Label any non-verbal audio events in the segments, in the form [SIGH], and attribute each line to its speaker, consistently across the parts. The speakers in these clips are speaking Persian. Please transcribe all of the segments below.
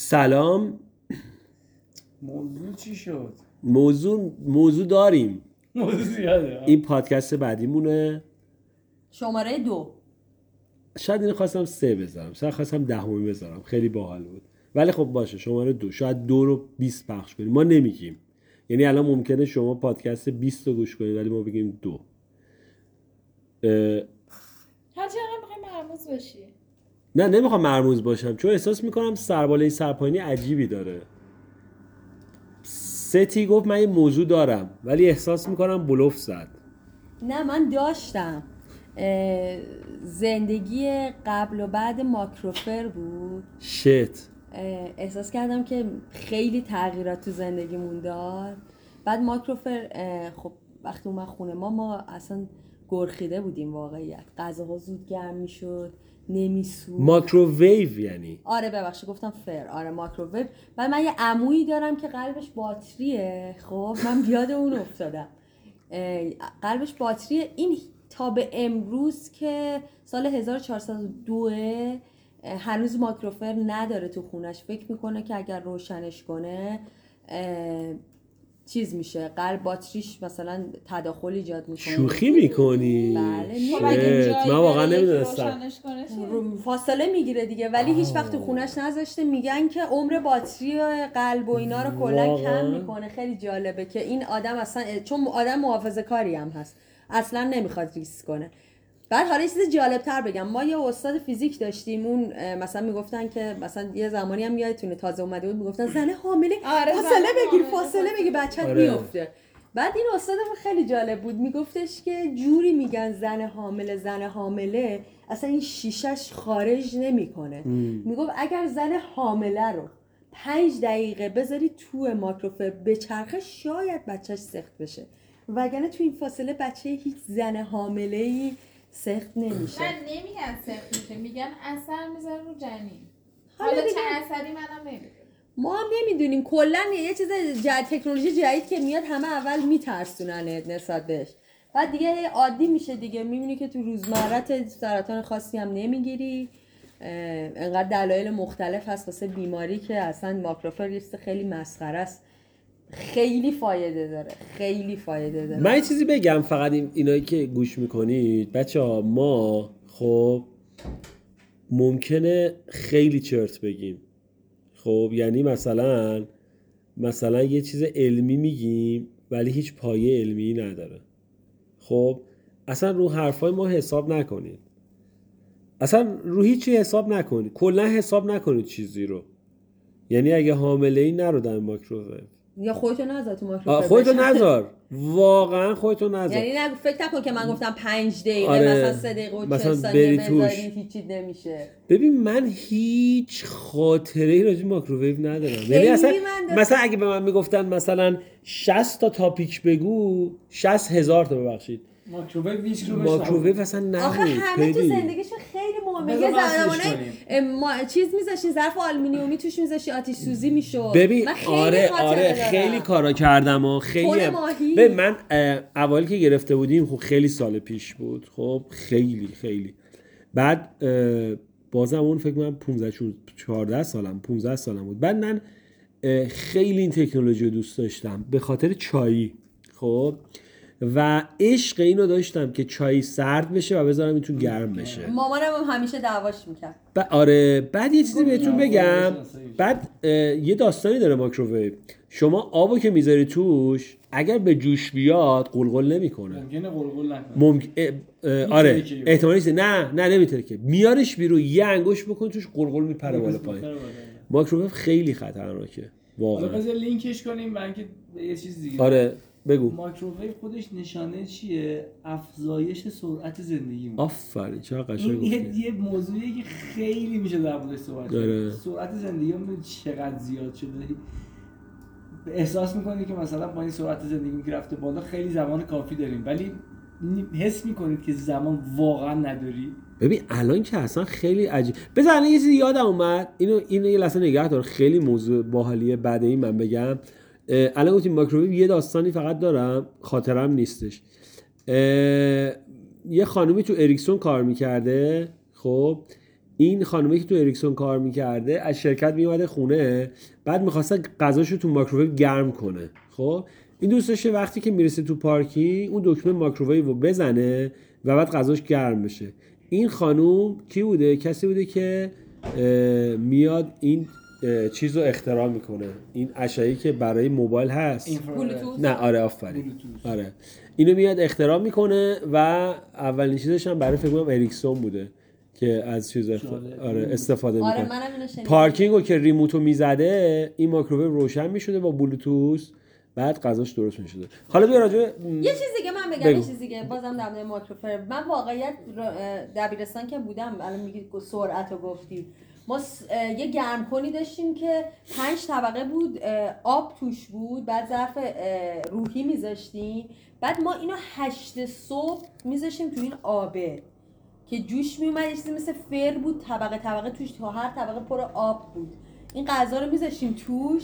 Speaker 1: سلام
Speaker 2: موضوع چی شد
Speaker 1: موضوع موضوع داریم
Speaker 2: [LAUGHS] موضوع زیاده
Speaker 1: این پادکست بعدیمونه
Speaker 3: شماره دو
Speaker 1: شاید اینو خواستم سه بذارم شاید خواستم دهمی بذارم خیلی باحال بود ولی خب باشه شماره دو شاید دو رو 20 پخش کنیم ما نمیگیم یعنی الان ممکنه شما پادکست 20 رو گوش کنید ولی ما بگیم دو اه،
Speaker 4: هر چی انقدر میخوای مرموز بشی
Speaker 1: نه نمیخوام مرموز باشم چون احساس میکنم سرباله سرپاینی عجیبی داره ستی گفت من این موضوع دارم ولی احساس میکنم بلوف زد
Speaker 3: نه من داشتم اه، زندگی قبل و بعد ماکروفر بود
Speaker 1: شت
Speaker 3: اه، احساس کردم که خیلی تغییرات تو زندگیمون داد بعد ماکروفر اه، خب وقتی اومد خونه ما ما اصلا گرخیده بودیم واقعیت غذاها زود گرم میشد نمیسود
Speaker 1: ماکروویو یعنی
Speaker 3: آره ببخشید گفتم فر آره ماکروویو و من یه عمویی دارم که قلبش باتریه خب من بیاد اون افتادم اه، قلبش باتریه این تا به امروز که سال 1402 اه، هنوز ماکروفر نداره تو خونش فکر میکنه که اگر روشنش کنه اه، چیز میشه قلب باتریش مثلا تداخل ایجاد میکنه
Speaker 1: شوخی میکنی
Speaker 3: خب. بله،
Speaker 1: شت.
Speaker 4: خب اگه جایی
Speaker 1: من واقعا
Speaker 4: بره یکی
Speaker 1: نمیدونستم
Speaker 4: روشنش کنه چی؟
Speaker 3: رو- فاصله میگیره دیگه ولی هیچ وقت تو خونش نذاشته میگن که عمر باتری و قلب و اینا رو کلا
Speaker 1: واقعا؟
Speaker 3: کم میکنه خیلی جالبه که این آدم اصلا چون آدم محافظه کاری هم هست اصلا نمیخواد ریسک کنه بعد حالا یه چیز جالب تر بگم ما یه استاد فیزیک داشتیم اون اه، مثلا میگفتن که مثلا یه زمانی هم یادتونه تازه اومده بود میگفتن زنه حامله
Speaker 4: آره،
Speaker 3: فاصله
Speaker 4: زنه
Speaker 3: بگیر
Speaker 4: حامله،
Speaker 3: فاصله بگیر بچت
Speaker 1: آره.
Speaker 3: میفته بعد این استادمون خیلی جالب بود میگفتش که جوری میگن زن حامله زن حامله اصلا این شیشش خارج نمیکنه میگفت اگر زن حامله رو پنج دقیقه بذاری تو ماکروفر بچرخه شاید بچهش سخت بشه وگرنه تو این فاصله بچه هیچ زن حامله ای سخت نمیشه
Speaker 4: نه نمیگن سخت میشه میگن اثر میذاره رو جنین
Speaker 3: حالا
Speaker 4: حالا چه
Speaker 3: دیگه.
Speaker 4: اثری منم نمیدونم
Speaker 3: ما هم نمیدونیم کلا یه چیز ج- تکنولوژی جدید که میاد همه اول میترسوننت نسبت بهش بعد دیگه عادی میشه دیگه میبینی که تو روزمرت سرطان خاصی هم نمیگیری اه، انقدر دلایل مختلف هست واسه بیماری که اصلا ماکروفر یه چیز خیلی مسخره است خیلی فایده داره خیلی فایده داره
Speaker 1: من یه چیزی بگم فقط این اینایی که گوش میکنید بچه ها ما خب ممکنه خیلی چرت بگیم خب یعنی مثلا مثلا یه چیز علمی میگیم ولی هیچ پایه علمی نداره خب اصلا رو حرفای ما حساب نکنید اصلا رو هیچی حساب نکنید کلا حساب نکنید چیزی رو یعنی اگه حامله ای نرو در ماکروویو
Speaker 3: یا خودتو نذار تو
Speaker 1: آه،
Speaker 3: ماکروفر
Speaker 1: خودتو
Speaker 3: بشن.
Speaker 1: نذار واقعا خودتو نذار
Speaker 3: یعنی نگو فکر نکن که من گفتم پنج دقیقه
Speaker 1: آره.
Speaker 3: مثلا سه دقیقه و
Speaker 1: مثلا
Speaker 3: چهل ثانیه
Speaker 1: بری توش.
Speaker 3: بذاری هیچی نمیشه
Speaker 1: ببین من هیچ خاطره ای راجع به ماکروویو ندارم یعنی اصلا
Speaker 3: من دارم.
Speaker 1: مثلا اگه به من میگفتن مثلا 60 تا تاپیک بگو 60 هزار تا ببخشید
Speaker 2: ماکروویو هیچ رو بشنوم.
Speaker 1: ماکروویو اصلا نه
Speaker 3: آخه همه تو زندگیشون خیلی مهمه
Speaker 2: بذار
Speaker 3: یه
Speaker 2: بحثش
Speaker 3: زمانه
Speaker 2: کنیم.
Speaker 3: اه، ما چیز میذاشین ظرف آلومینیومی توش میذاشی آتیش سوزی میشد
Speaker 1: ببین
Speaker 3: من خیلی
Speaker 1: آره
Speaker 3: خاطره
Speaker 1: آره
Speaker 3: دارم.
Speaker 1: خیلی کارا کردم و خیلی
Speaker 3: تون ماهی.
Speaker 1: به من اه، اول که گرفته بودیم خب خیلی سال پیش بود خب خیلی خیلی بعد اه، بازم اون فکر من 15 چون- 14 سالم 15 سالم بود بعد من اه، خیلی این تکنولوژی رو دوست داشتم به خاطر چایی خب و عشق اینو داشتم که چای سرد بشه و بذارم این تو گرم بشه
Speaker 3: مامانم هم همیشه دعواش میکرد
Speaker 1: ب... آره بعد یه چیزی بهتون بگم
Speaker 2: خب،
Speaker 1: بعد اه، یه داستانی داره ماکروویو شما آبو که میذاری توش اگر به جوش بیاد قلقل نمیکنه
Speaker 2: ممکنه قلقل نکنه
Speaker 1: ممکن اه، اه، آره
Speaker 2: که بیفته.
Speaker 1: احتمالی نیست. نه نه نمیتونه که میارش بیرون یه انگوش بکن توش قلقل میپره بالا پایین ماکروویو خیلی خطرناکه
Speaker 2: حالا
Speaker 1: واقعا
Speaker 2: بذار لینکش کنیم برای اینکه یه چیز دیگه
Speaker 1: آره بگو
Speaker 2: ماکروویو خودش نشانه چیه افزایش سرعت زندگیمون
Speaker 1: آفرین چقدر قشنگ
Speaker 2: این یه,
Speaker 1: آره، گفتی
Speaker 2: یه موضوعیه که خیلی میشه در موردش صحبت
Speaker 1: آره.
Speaker 2: کرد سرعت زندگیمون چقدر زیاد شده احساس میکنی که مثلا با این سرعت زندگی که رفته بالا خیلی زمان کافی داریم ولی نی- حس میکنید که زمان واقعا نداری
Speaker 1: ببین الان که اصلا خیلی عجیب بذار الان یه چیزی یادم اومد اینو اینو یه لحظه نگه دار خیلی موضوع باحالیه بعد این من بگم اه، الان گفتیم ماکروویو یه داستانی فقط دارم خاطرم نیستش اه، یه خانومی تو اریکسون کار میکرده خب این خانومه که تو اریکسون کار میکرده از شرکت میومده خونه بعد میخواسته غذاش رو تو ماکروویو گرم کنه خب این دوست داشته وقتی که میرسه تو پارکی اون دکمه ماکروویو رو بزنه و بعد غذاش گرم بشه این خانوم کی بوده کسی بوده که اه، میاد این اه، چیز رو اختراع میکنه این اشعه‌ای که برای موبایل هست
Speaker 2: اینفرارد.
Speaker 1: نه آره آفرین
Speaker 2: بلوتوث.
Speaker 1: آره اینو میاد اختراع میکنه و اولین چیزش هم برای فکر کنم اریکسون بوده که از چیز اخت-
Speaker 2: جالب.
Speaker 1: آره استفاده
Speaker 3: آره
Speaker 1: میکنه
Speaker 3: منم اینو شنیدم
Speaker 1: پارکینگ رو که ریموتو میزده این مایکروویو روشن میشده با بلوتوث بعد غذاش درست میشده حالا بیا راجع به- م،
Speaker 3: یه چیز دیگه من بگم
Speaker 1: بگو.
Speaker 3: یه چیز دیگه بازم در مورد ماکروفر من واقعیت را- اه، دبیرستان که بودم الان میگی سرعت رو گفتی ما س- اه، یه گرم کنی داشتیم که پنج طبقه بود اه، آب توش بود بعد ظرف اه، روحی میذاشتیم بعد ما اینو هشت صبح میذاشتیم تو این آبه که جوش میومد یه چیزی مثل فر بود طبقه طبقه توش تا هر طبقه پر آب بود این غذا رو میذاشتیم توش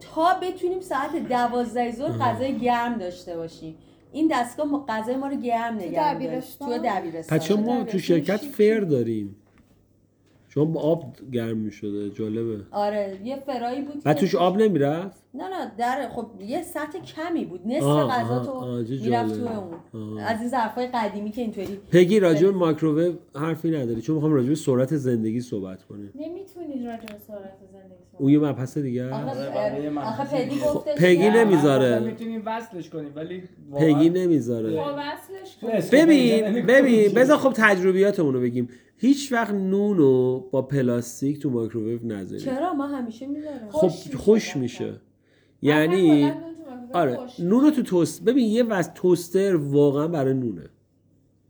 Speaker 3: تا بتونیم ساعت دوازده ظهر غذای گرم داشته باشیم این دستگاه ما غذای ما رو گرم نگه می‌داشت.
Speaker 4: دبیرستان؟
Speaker 3: تو دبیرستان
Speaker 1: پس چون ما تو
Speaker 4: دبیرستان
Speaker 1: شرکت
Speaker 4: شیک.
Speaker 1: فر داریم چون با آب گرم میشده جالبه
Speaker 3: آره یه فرایی بود
Speaker 1: و
Speaker 3: که-
Speaker 1: توش آب نمیرفت
Speaker 3: نه نه در خب یه سطح کمی بود نصف
Speaker 1: آه،
Speaker 3: غذا
Speaker 1: آه،
Speaker 3: تو
Speaker 1: آه، چه
Speaker 3: میرفت تو
Speaker 1: جالب.
Speaker 3: اون
Speaker 1: آه.
Speaker 3: از این ظرفای قدیمی که اینطوری
Speaker 1: پگی راجع به مایکروویو حرفی نداری چون میخوام راجع به سرعت زندگی صحبت کنیم
Speaker 4: نمیتونی راجع به سرعت زندگی
Speaker 1: اون
Speaker 4: صحبت
Speaker 1: یه مبحث دیگه
Speaker 3: آخه
Speaker 1: است.
Speaker 2: برای من.
Speaker 3: اه، آخه پگی
Speaker 2: خب،
Speaker 3: گفتش
Speaker 1: پگی
Speaker 3: که-
Speaker 1: نمی- نمیذاره.
Speaker 2: میتونیم وصلش کنیم ولی واقعاً
Speaker 1: پگی نمیذاره
Speaker 4: خب وصلش
Speaker 2: تو
Speaker 4: کن
Speaker 2: اسکوپ اینجا
Speaker 1: ببین
Speaker 2: نمی‌کنیم.
Speaker 1: ببین بذار خب تجربیاتمون رو بگیم هیچ وقت نون رو با پلاستیک تو مایکروویو نذارید
Speaker 3: چرا ما همیشه میذارم
Speaker 1: خب
Speaker 4: میشه
Speaker 1: خوش
Speaker 4: دستم.
Speaker 1: میشه
Speaker 4: اصلا
Speaker 1: یعنی
Speaker 4: کلاً نون تو مایکروفر
Speaker 1: آره
Speaker 4: خوش.
Speaker 1: نون رو تو توست ببین یه وز توستر واقعا برای نونه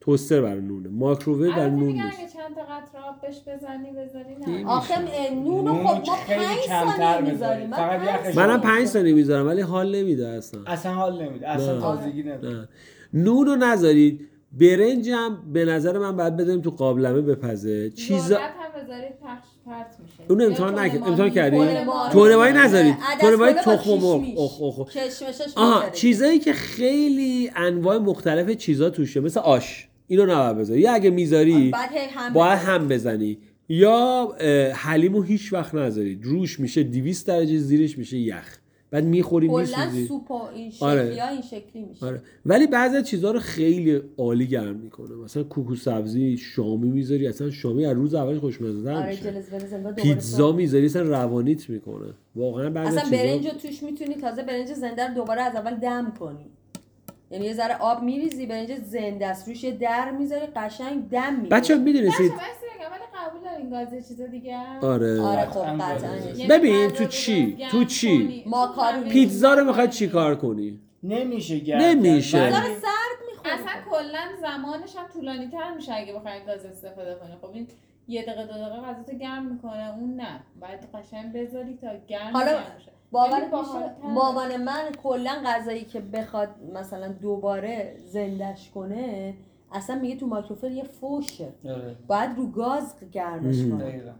Speaker 1: توستر برای نونه مایکروویو برای
Speaker 4: البته
Speaker 1: نون
Speaker 4: میگن
Speaker 1: نیست
Speaker 4: اگه چند تا قطره آب بهش بزنی بزنی
Speaker 1: نمیشه.
Speaker 4: نه
Speaker 3: آخه اه، نون رو
Speaker 2: نون رو
Speaker 3: خب ما
Speaker 2: خیلی
Speaker 3: پنج
Speaker 2: کمتر
Speaker 3: ثانیه
Speaker 2: بذارید.
Speaker 3: میذاریم من
Speaker 2: فقط یه
Speaker 3: پنج
Speaker 2: خشم.
Speaker 1: منم
Speaker 3: ثانیه
Speaker 1: پنج
Speaker 3: می‌ذارم.
Speaker 1: ثانیه میذارم ولی حال نمیده اصلا
Speaker 2: اصلا حال نمیده اصلا
Speaker 1: نه.
Speaker 2: تازگی نمیده
Speaker 1: نه نون رو نذارید برنجم به نظر من باید بذاریم تو قابلمه بپزه چیزا
Speaker 4: ذرت هم بذارید پخش پرت میشه
Speaker 1: اون
Speaker 4: یا
Speaker 1: امتحان
Speaker 4: تورماری.
Speaker 1: نکرد- امتحان کردی؟
Speaker 4: تورماری.
Speaker 2: آره.
Speaker 1: تورماری نذارید.
Speaker 3: عدس
Speaker 1: تورماری
Speaker 3: کلو با
Speaker 1: تخم مرغ.
Speaker 3: کشمش.
Speaker 1: اخ، اخ، اخ.
Speaker 3: کشمشش
Speaker 1: آها
Speaker 3: می‌ذارید.
Speaker 1: چیزایی که خیلی انواع مختلف چیزا توشه مثل آش اینو نباید بذاری یا اگه میذاری
Speaker 3: بعد هی هم
Speaker 1: باید
Speaker 3: بزنید.
Speaker 1: هم بزنی یا اه، حلیمو هیچ وقت نذارید روش میشه 200 درجه زیرش میشه یخ بعد میخوری
Speaker 3: کلا
Speaker 1: میسوزی
Speaker 3: سوپ و این شکلی
Speaker 1: آره.
Speaker 3: ها این شکلی میشه
Speaker 1: آره ولی بعضی از چیزها رو خیلی عالی گرم میکنه مثلا کوکو سبزی شامی میذاری اصلا شامی از روز اولش خوشمزه
Speaker 3: آره
Speaker 1: میشه
Speaker 3: جلز بلز دوباره
Speaker 1: پیتزا میذاری اصلا روانیت میکنه واقعا
Speaker 3: سرخ.
Speaker 1: بعضی از
Speaker 3: اصلا
Speaker 1: چیزا-
Speaker 3: برنج رو توش میتونی تازه برنج زنده رو دوباره از اول دم کنی یعنی یه ذره آب میریزی برنج زنده است روش یه در میذاری قشنگ دم میری
Speaker 1: بچه
Speaker 4: باشه،
Speaker 1: میدونستید
Speaker 4: بس بگم، ولی قبول دارین گاز چیز دیگه است؟
Speaker 1: آره,
Speaker 3: آره خب
Speaker 2: قطعاً
Speaker 3: قطعا
Speaker 2: باید.
Speaker 4: یعنی
Speaker 1: ببین،
Speaker 4: غذا
Speaker 1: تو
Speaker 4: بذار
Speaker 1: چی؟
Speaker 4: گرم
Speaker 1: تو چی؟
Speaker 4: کنی.
Speaker 3: ماکارونی.
Speaker 1: پیتزا رو میخواد چیکار کنی
Speaker 2: نمیشه گرم
Speaker 1: نمیشه.
Speaker 2: کرد.
Speaker 3: داره
Speaker 2: ولی-
Speaker 3: سرد میخوری
Speaker 4: اصلا کلا زمانش هم طولانی تر میشه اگه بخواین گاز استفاده کنی خب این یه دقیقه دو دقیقه غذا تو گرم میکنه اون نه باید قشنگ بذاری تا گرم
Speaker 3: حالا
Speaker 4: گرم شه.
Speaker 3: باورت
Speaker 4: خیلی
Speaker 3: میشه
Speaker 4: باحال‌تره.
Speaker 3: مامان من کلا غذایی که بخواد مثلا دوباره زندش کنه اصلا میگه تو مایکروفر یه فوشه
Speaker 2: آره.
Speaker 3: باید رو گاز گرمش کنه
Speaker 2: دقیقاً.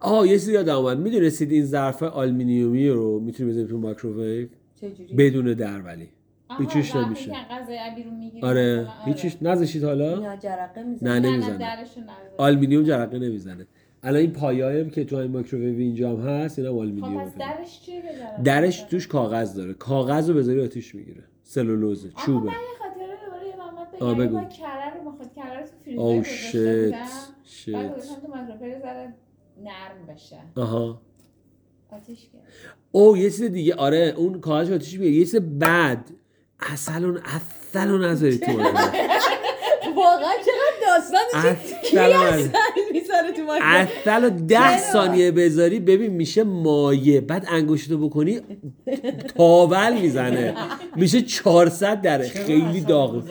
Speaker 1: آه یه چیزی یادم اومد میدونستید این ظرف آلومینیومی رو میتونی بزنی تو مایکروویو
Speaker 3: چجوری
Speaker 1: بدون در ولی
Speaker 4: آها،
Speaker 1: هیچیش
Speaker 4: وقتی
Speaker 1: نمیشه.
Speaker 4: که غذای عبیرو میگیری
Speaker 1: آره
Speaker 4: مثلا،
Speaker 1: هیچیش نذاشید حالا
Speaker 3: اینا جرقه
Speaker 1: نه،
Speaker 3: میزنه
Speaker 4: نه
Speaker 1: نمیزنه.
Speaker 4: نه درشو خب، نذاری.
Speaker 1: آلومینیوم جرقه نمیزنه الان این پایایم که تو این مایکروویو اینجا هم هست اینا هم
Speaker 4: خب
Speaker 1: آلومینیوم
Speaker 4: پس درش چیه بذارم
Speaker 1: درش توش کاغذ داره کاغذ رو بذاری آتیش میگیره سلولوزه
Speaker 4: آها،
Speaker 1: چوبه
Speaker 4: من یه خاطره دوباره یادم
Speaker 1: آه،
Speaker 4: اومد بگم
Speaker 1: بگو. Oh,
Speaker 4: با کره رو مخاط کره رو تو فریزر
Speaker 1: او
Speaker 4: گذاشته
Speaker 1: شت
Speaker 4: بودم بعد
Speaker 1: شت
Speaker 4: گذاشتم تو مایکروفر یه ذره نرم بشه
Speaker 1: آها
Speaker 4: آتیش کرد
Speaker 1: او یه چیز دیگه آره اون کاغذ آتیش میگیره یه چیز بد اصل اون اصل رو نذارید تو مایکروویو.
Speaker 3: [LAUGHS] واقعا چقدر داستان
Speaker 1: اصل
Speaker 3: کی
Speaker 1: رو نذارید.
Speaker 3: اصلا میذاره تو مایکروفر
Speaker 1: اصل رو ده
Speaker 3: چرا؟
Speaker 1: ثانیه بذاری ببین میشه مایه بعد انگشتو بکنی تاول میزنه میشه 400 دره خیلی داغ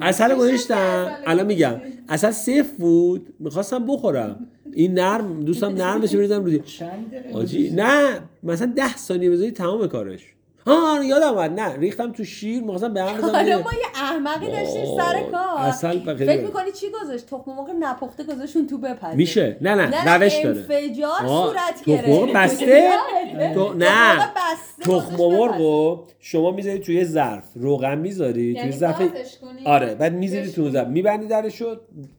Speaker 1: اصل رو گذاشتم الان میگم اصل صفر بود میخواستم بخورم این نرم دوستم نرم بشه بریزم روی
Speaker 2: چند دقیقه
Speaker 1: آجی نه مثلا ده ثانیه بذاری تمام کارش ها یادم اومد نه ریختم تو شیر میخواستم به هم بزنم
Speaker 3: [LAUGHS] حالا
Speaker 1: بریزم.
Speaker 3: ما یه احمقی داشتیم سر
Speaker 1: وای،
Speaker 3: کار
Speaker 1: اصل خیلی
Speaker 3: فکر
Speaker 1: بد.
Speaker 3: میکنی چی گذاشت تخم مرغ نپخته گذاشون تو بپزه
Speaker 1: میشه نه
Speaker 3: نه
Speaker 1: نه
Speaker 3: نه
Speaker 1: روش داره
Speaker 3: انفجار
Speaker 1: آه،
Speaker 3: صورت
Speaker 1: تو
Speaker 3: گرفت [LAUGHS]
Speaker 1: فوق بسته؟
Speaker 3: یادته؟
Speaker 1: تو
Speaker 3: تو
Speaker 1: نه
Speaker 3: فوق بسته
Speaker 1: تخم مرغو شما میذارید توی ظرف روغن میذاری توی
Speaker 4: یعنی
Speaker 1: ظرف
Speaker 4: صافش کنی
Speaker 1: آره بعد میذاری تو ظرف میبندی درش رو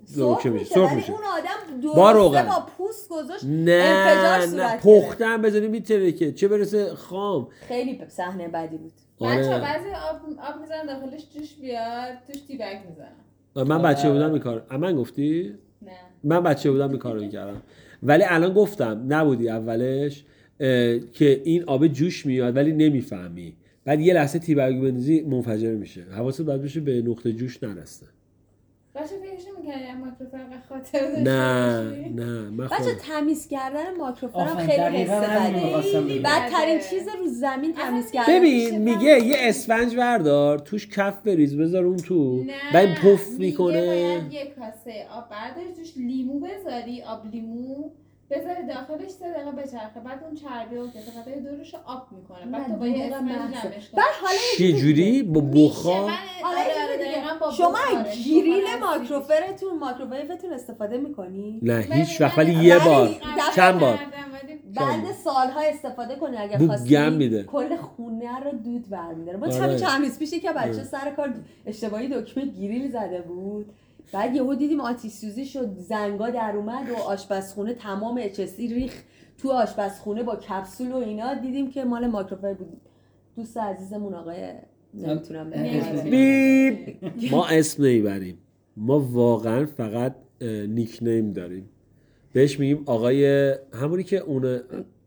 Speaker 3: سرخ
Speaker 1: روکه
Speaker 3: میشه
Speaker 1: میشه سرخ
Speaker 3: ولی
Speaker 1: میشه
Speaker 3: اون آدم درسته
Speaker 1: با
Speaker 3: با,
Speaker 1: روغن.
Speaker 3: پوست گذاشت انفجار
Speaker 1: نه نه
Speaker 3: صورت گرفت.
Speaker 1: پختم بذاری میتره که چه برسه خام
Speaker 3: خیلی صحنه بدی بود
Speaker 4: بچه
Speaker 1: آره
Speaker 4: بعضی آب, آب میزنن داخلش جوش بیاد توش تیبک میزنن
Speaker 1: من بچه بودم این کار من گفتی
Speaker 4: نه
Speaker 1: من بچه بودم این کارو میکردم ولی الان گفتم نبودی اولش اه، که این آب جوش میاد ولی نمیفهمی بعد یه لحظه تیبرگ بنزی منفجر میشه حواست باید بشه به نقطه جوش نرسه
Speaker 4: بچه فکرش نمیکردی اما تو فقط خاطر داشته
Speaker 1: نه
Speaker 4: باشی؟
Speaker 1: نه من خب-
Speaker 3: بچه
Speaker 1: خودم-
Speaker 3: تمیز کردن ماکروفون هم
Speaker 2: آفرین،
Speaker 3: خیلی
Speaker 2: دقیقاً
Speaker 3: حسه
Speaker 2: همین رو
Speaker 3: بدی
Speaker 2: می‌خواستم بگم.
Speaker 3: بدترین
Speaker 4: بله.
Speaker 3: چیز رو زمین تمیز کردن
Speaker 1: ببین
Speaker 3: میشه.
Speaker 1: میگه یه اسفنج بردار توش کف بریز بذار اون تو
Speaker 4: نه
Speaker 1: بعد پف
Speaker 4: میگه
Speaker 1: میکنه
Speaker 4: باید یه کاسه آب برداری توش لیمو بذاری آب لیمو بذاری داخلش سه دقیقه بچرخه بعد اون چربی و قطعه دورش رو آب میکنه بعد
Speaker 3: نه،
Speaker 4: تو با یه
Speaker 3: دقیقاً
Speaker 4: اسفنج
Speaker 3: بحثه.
Speaker 4: جمعش کنی
Speaker 3: بعد حالا یه چیز
Speaker 1: چه جوری با
Speaker 4: میشه،
Speaker 1: بخار
Speaker 4: من-
Speaker 3: حالا
Speaker 4: آره،
Speaker 3: یه
Speaker 4: آره،
Speaker 3: چیز دیگه.
Speaker 4: دقیقاً با
Speaker 3: شما
Speaker 4: بخاره.
Speaker 3: از گریل
Speaker 4: بخاره از
Speaker 3: ماکروفرتون ماکروویوتون استفاده میکنی؟
Speaker 1: نه
Speaker 4: من-
Speaker 1: هیچ وقت
Speaker 4: من
Speaker 1: ولی یه
Speaker 4: قبل
Speaker 1: بار
Speaker 4: قبل
Speaker 1: چند بار
Speaker 4: کردم، ولی
Speaker 3: بعد سالها استفاده کنی اگه
Speaker 1: بو
Speaker 3: خواستی
Speaker 1: گم میده.
Speaker 3: کل خونه رو دود برمیداره ما
Speaker 1: آره.
Speaker 3: همین چند روز پیش که
Speaker 1: آره.
Speaker 3: بچه سر کار اشتباهی دکمه گریل زده بود بعد یهو دیدیم آتیش سوزی شد زنگا در اومد و آشپزخونه تمام اچسی ریخ تو آشپزخونه با کپسول و اینا دیدیم که مال ماکروفر بود دوست عزیزمون آقای نمیتونم
Speaker 4: نمی‌دونم.
Speaker 3: بگم
Speaker 4: [LAUGHS]
Speaker 1: بیپ ما اسم نمیبریم ما واقعا فقط اه، نیکنیم داریم بهش میگیم آقای همونی که اون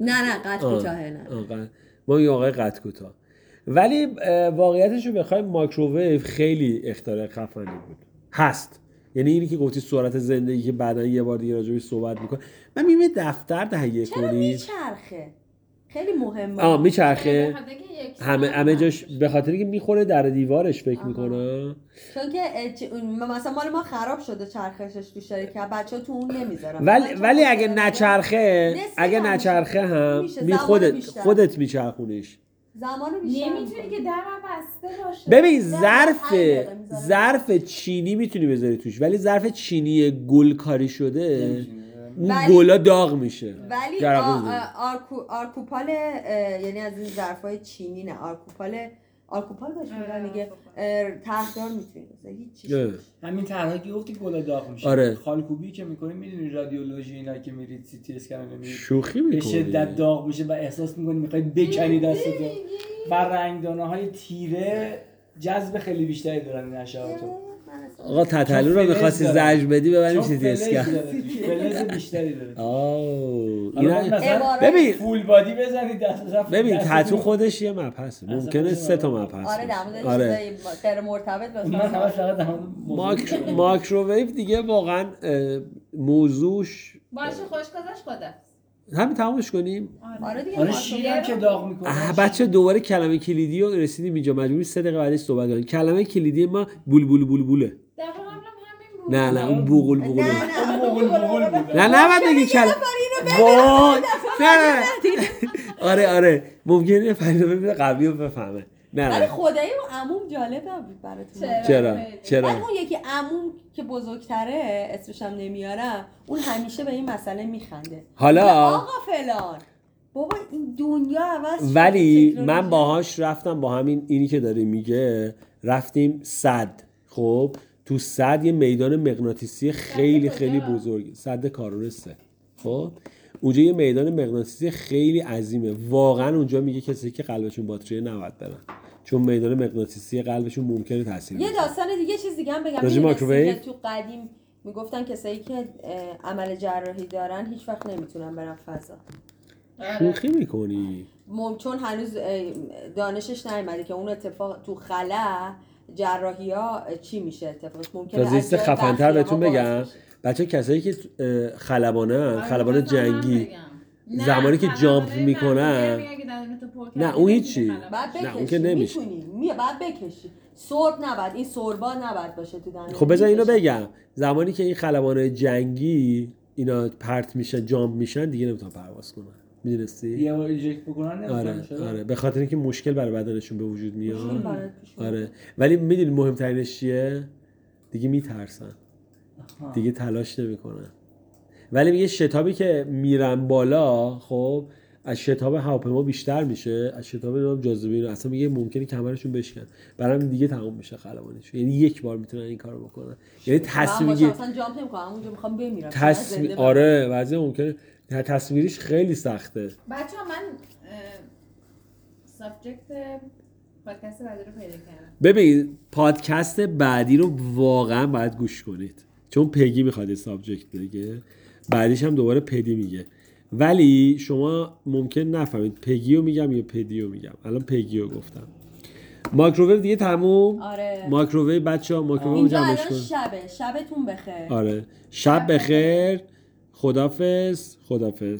Speaker 3: نه نه قد
Speaker 1: آه.
Speaker 3: کوتاهه نه
Speaker 1: آقا- ما میگیم آقای قد کوتاه ولی اه، واقعیتش رو بخوایم ماکروویو خیلی اختراع خفنی بود هست یعنی اینی که گفتی سرعت زندگی که بعدا یه بار دیگه راجبش صحبت میکنه من میگم یه دفتر تهیه
Speaker 3: چرا
Speaker 1: کنی
Speaker 3: میچرخه خیلی مهمه
Speaker 1: آه میچرخه
Speaker 4: به خاطر که یک
Speaker 1: همه
Speaker 4: سال
Speaker 1: همه جاش
Speaker 4: نباشه.
Speaker 1: به خاطر که میخوره در دیوارش فکر
Speaker 3: آها.
Speaker 1: میکنه
Speaker 3: چون که اه، چ- اون- مثلا مال ما خراب شده چرخشش تو شرکت بچه ها تو اون نمیذارن
Speaker 1: ولی ولی اگه نچرخه
Speaker 3: نصف
Speaker 1: اگه
Speaker 3: هم
Speaker 1: نچرخه هم
Speaker 3: میشه.
Speaker 1: می
Speaker 3: زمان
Speaker 1: خودت
Speaker 3: بیشتر.
Speaker 1: خودت میچرخونیش
Speaker 3: زمانو بیشتر
Speaker 4: نمیتونی که درم بسته باشه
Speaker 1: ببین
Speaker 3: نه،
Speaker 1: ظرف
Speaker 3: هر دقیقه می‌ذارم.
Speaker 1: ظرف چینی میتونی بذاری توش ولی ظرف چینی گل کاری شده
Speaker 2: نمی‌دونم.
Speaker 1: اون
Speaker 3: ولی-
Speaker 1: گلا داغ میشه
Speaker 3: ولی آ-
Speaker 1: جرقه
Speaker 3: آ- آرکو- آرکوپال اه، یعنی از این ظرفای چینی نه آرکوپال آرکوپال داشت
Speaker 4: آره،
Speaker 3: میگن دیگه
Speaker 4: آرکوپال.
Speaker 3: اه، تهدار میتونی بذاری هیچ چیز
Speaker 1: اه.
Speaker 3: نیست.
Speaker 2: همین طرحی که گفتی گل داغ میشه
Speaker 1: آره.
Speaker 2: خالکوبی که میکنی میدونی رادیولوژی اینا که میرید سی تی اسکن میرید
Speaker 1: شوخی
Speaker 2: به
Speaker 1: میکنی
Speaker 2: شدت داغ میشه و احساس میکنی میخوای بکنی دستتو و رنگدانه های تیره جذب خیلی بیشتری دارن این حشراتو
Speaker 3: من اصلا-
Speaker 1: آقا تتلو رو
Speaker 2: چون
Speaker 1: میخواستی
Speaker 2: فلز داره.
Speaker 1: زج بدی ببریم
Speaker 2: چون
Speaker 1: سیتی
Speaker 2: فلز
Speaker 1: اسکن
Speaker 2: داره. فلز بیشتری داره
Speaker 1: آه
Speaker 2: حالا
Speaker 1: اینا-
Speaker 2: مثلا
Speaker 3: عبارت-
Speaker 1: ببین
Speaker 2: فول بادی بزنید دست دست-
Speaker 1: ببین
Speaker 2: دست-
Speaker 1: تتو خودش یه مپ هست
Speaker 2: اصلا
Speaker 1: ممکنه
Speaker 2: خودش
Speaker 1: سه تا مپ
Speaker 2: مپ.
Speaker 1: هست
Speaker 3: آره در
Speaker 1: باشه.
Speaker 3: مورد
Speaker 1: آره
Speaker 3: چیزای غیر مرتبط لطفاً.
Speaker 4: [LAUGHS]
Speaker 2: من همش فقط در مورد موضوع
Speaker 1: ماکر... ماکروویو دیگه واقعا اه، موضوعش
Speaker 4: باشه خوش گذاشت خودت
Speaker 1: همین تمامش کنیم
Speaker 3: آره دیگه
Speaker 2: آره
Speaker 3: ماکروویو.
Speaker 2: شیرم که داغ میکنه
Speaker 1: اه، بچه دوباره کلمه کلیدی رو رسیدیم اینجا مجبوری سه دقیقه بعدش صحبت کنیم کلمه کلیدی ما بول بول بول بوله
Speaker 4: دفعه قبلم همین بود
Speaker 1: نه نه اون بوغل بوغل
Speaker 3: نه نه
Speaker 2: بغل بغل بود
Speaker 1: نه نه بعد بگی کلمه وای نه [LAUGHS] آره آره ممکنه فریدا ببینه قبلی رو بفهمه نه
Speaker 3: ولی
Speaker 1: نه
Speaker 3: خدایی اون عموم جالب بود براتون
Speaker 4: چرا؟
Speaker 1: چرا
Speaker 3: بعد
Speaker 1: چرا
Speaker 3: اون یکی عموم که بزرگتره اسمش هم نمیارم اون همیشه به این مسئله میخنده
Speaker 1: حالا-
Speaker 3: میگه آقا فلان بابا این دنیا عوض شده،
Speaker 1: ولی
Speaker 3: تکنولوژی.
Speaker 1: من باهاش رفتم با همین اینی که داره میگه رفتیم صد خب تو صد یه میدان مغناطیسی خیلی
Speaker 4: صد
Speaker 1: خیلی
Speaker 4: کجا؟
Speaker 1: بزرگ صد کارورسه خب اونجا یه میدان مغناطیسی خیلی عظیمه واقعا اونجا میگه کسی که قلبشون باتری نباید برن چون میدان مغناطیسی قلبشون ممکنه تاثیر
Speaker 3: یه
Speaker 1: بذاره.
Speaker 3: داستان دیگه چیز دیگه هم بگم
Speaker 1: راجع
Speaker 3: می‌دونستی
Speaker 1: مایکروویو؟
Speaker 3: که تو قدیم میگفتن کسایی که اه، عمل جراحی دارن هیچ وقت نمیتونن برن فضا
Speaker 4: آره.
Speaker 1: شوخی میکنی
Speaker 3: مم- چون هنوز اه، دانشش نیومده که اون اتفاق تو خلا جراحی ها چی میشه اتفاقش ممکنه
Speaker 1: تازیست خفنتر بهتون بگم
Speaker 3: باز بشه.
Speaker 1: بچه کسایی که اه، خلبانن
Speaker 4: آره،
Speaker 1: خلبان
Speaker 4: می‌خواستم هم
Speaker 1: جنگی
Speaker 4: بگم. نه،
Speaker 1: زمانی که
Speaker 4: خلبانه
Speaker 1: جامپ
Speaker 4: معمولی
Speaker 1: می‌کنن.
Speaker 4: میگن که دندون تو پر
Speaker 1: نه،
Speaker 4: کردی،
Speaker 1: اون
Speaker 4: نمی‌تونی
Speaker 1: هیچی.
Speaker 4: خلبان.
Speaker 3: بعد
Speaker 1: نه،
Speaker 3: بکشی
Speaker 1: اون که نمیشه.
Speaker 3: میتونی می بعد بکشی سرب نباید این سربا نباید باشه تو دندون
Speaker 1: خب بذار اینو
Speaker 3: میکشی.
Speaker 1: بگم زمانی که این خلبانای جنگی اینا پرت میشن جامپ میشن دیگه نمیتونن پرواز کنن میدونستی
Speaker 2: یه بار ایجکت بکنن
Speaker 1: آره
Speaker 2: نمی‌فهمی چرا.
Speaker 1: آره به خاطر اینکه مشکل برای بدنشون به وجود
Speaker 3: مشکل
Speaker 1: میاد
Speaker 3: برای پیشون.
Speaker 1: آره ولی میدونی مهمترینش چیه دیگه میترسن
Speaker 2: آها.
Speaker 1: دیگه تلاش نمیکنن ولی میگه شتابی که میرن بالا خب از شتاب هواپیما بیشتر میشه از شتاب نام جاذبه اینا اصلا میگه ممکنه کمرشون بشکن برام دیگه تموم میشه خلبانش یعنی یک بار میتونن این کارو بکنن یعنی
Speaker 3: من
Speaker 1: تصویر
Speaker 3: باشم اصلا جامپ نمیکنم اونجا میخوام بمیرم
Speaker 1: تصویر آره وضعی ممکنه تصویریش خیلی سخته
Speaker 4: بچه ها من سابجکت پادکست بعدی رو پیدا کردم
Speaker 1: ببین پادکست بعدی رو واقعا باید گوش کنید چون پگی میخواد یه سابجکت بگه بعدیش هم دوباره پدی میگه ولی شما ممکن نفهمید پگی رو میگم یا پدی رو میگم الان پگی رو گفتم مایکروویو دیگه تموم
Speaker 3: آره.
Speaker 1: مایکروویو بچه ها مایکروویو
Speaker 3: اینجا
Speaker 1: جمعش
Speaker 3: الان
Speaker 1: کن
Speaker 3: شبه شبتون بخیر
Speaker 1: آره شب بخیر خدافز خدافز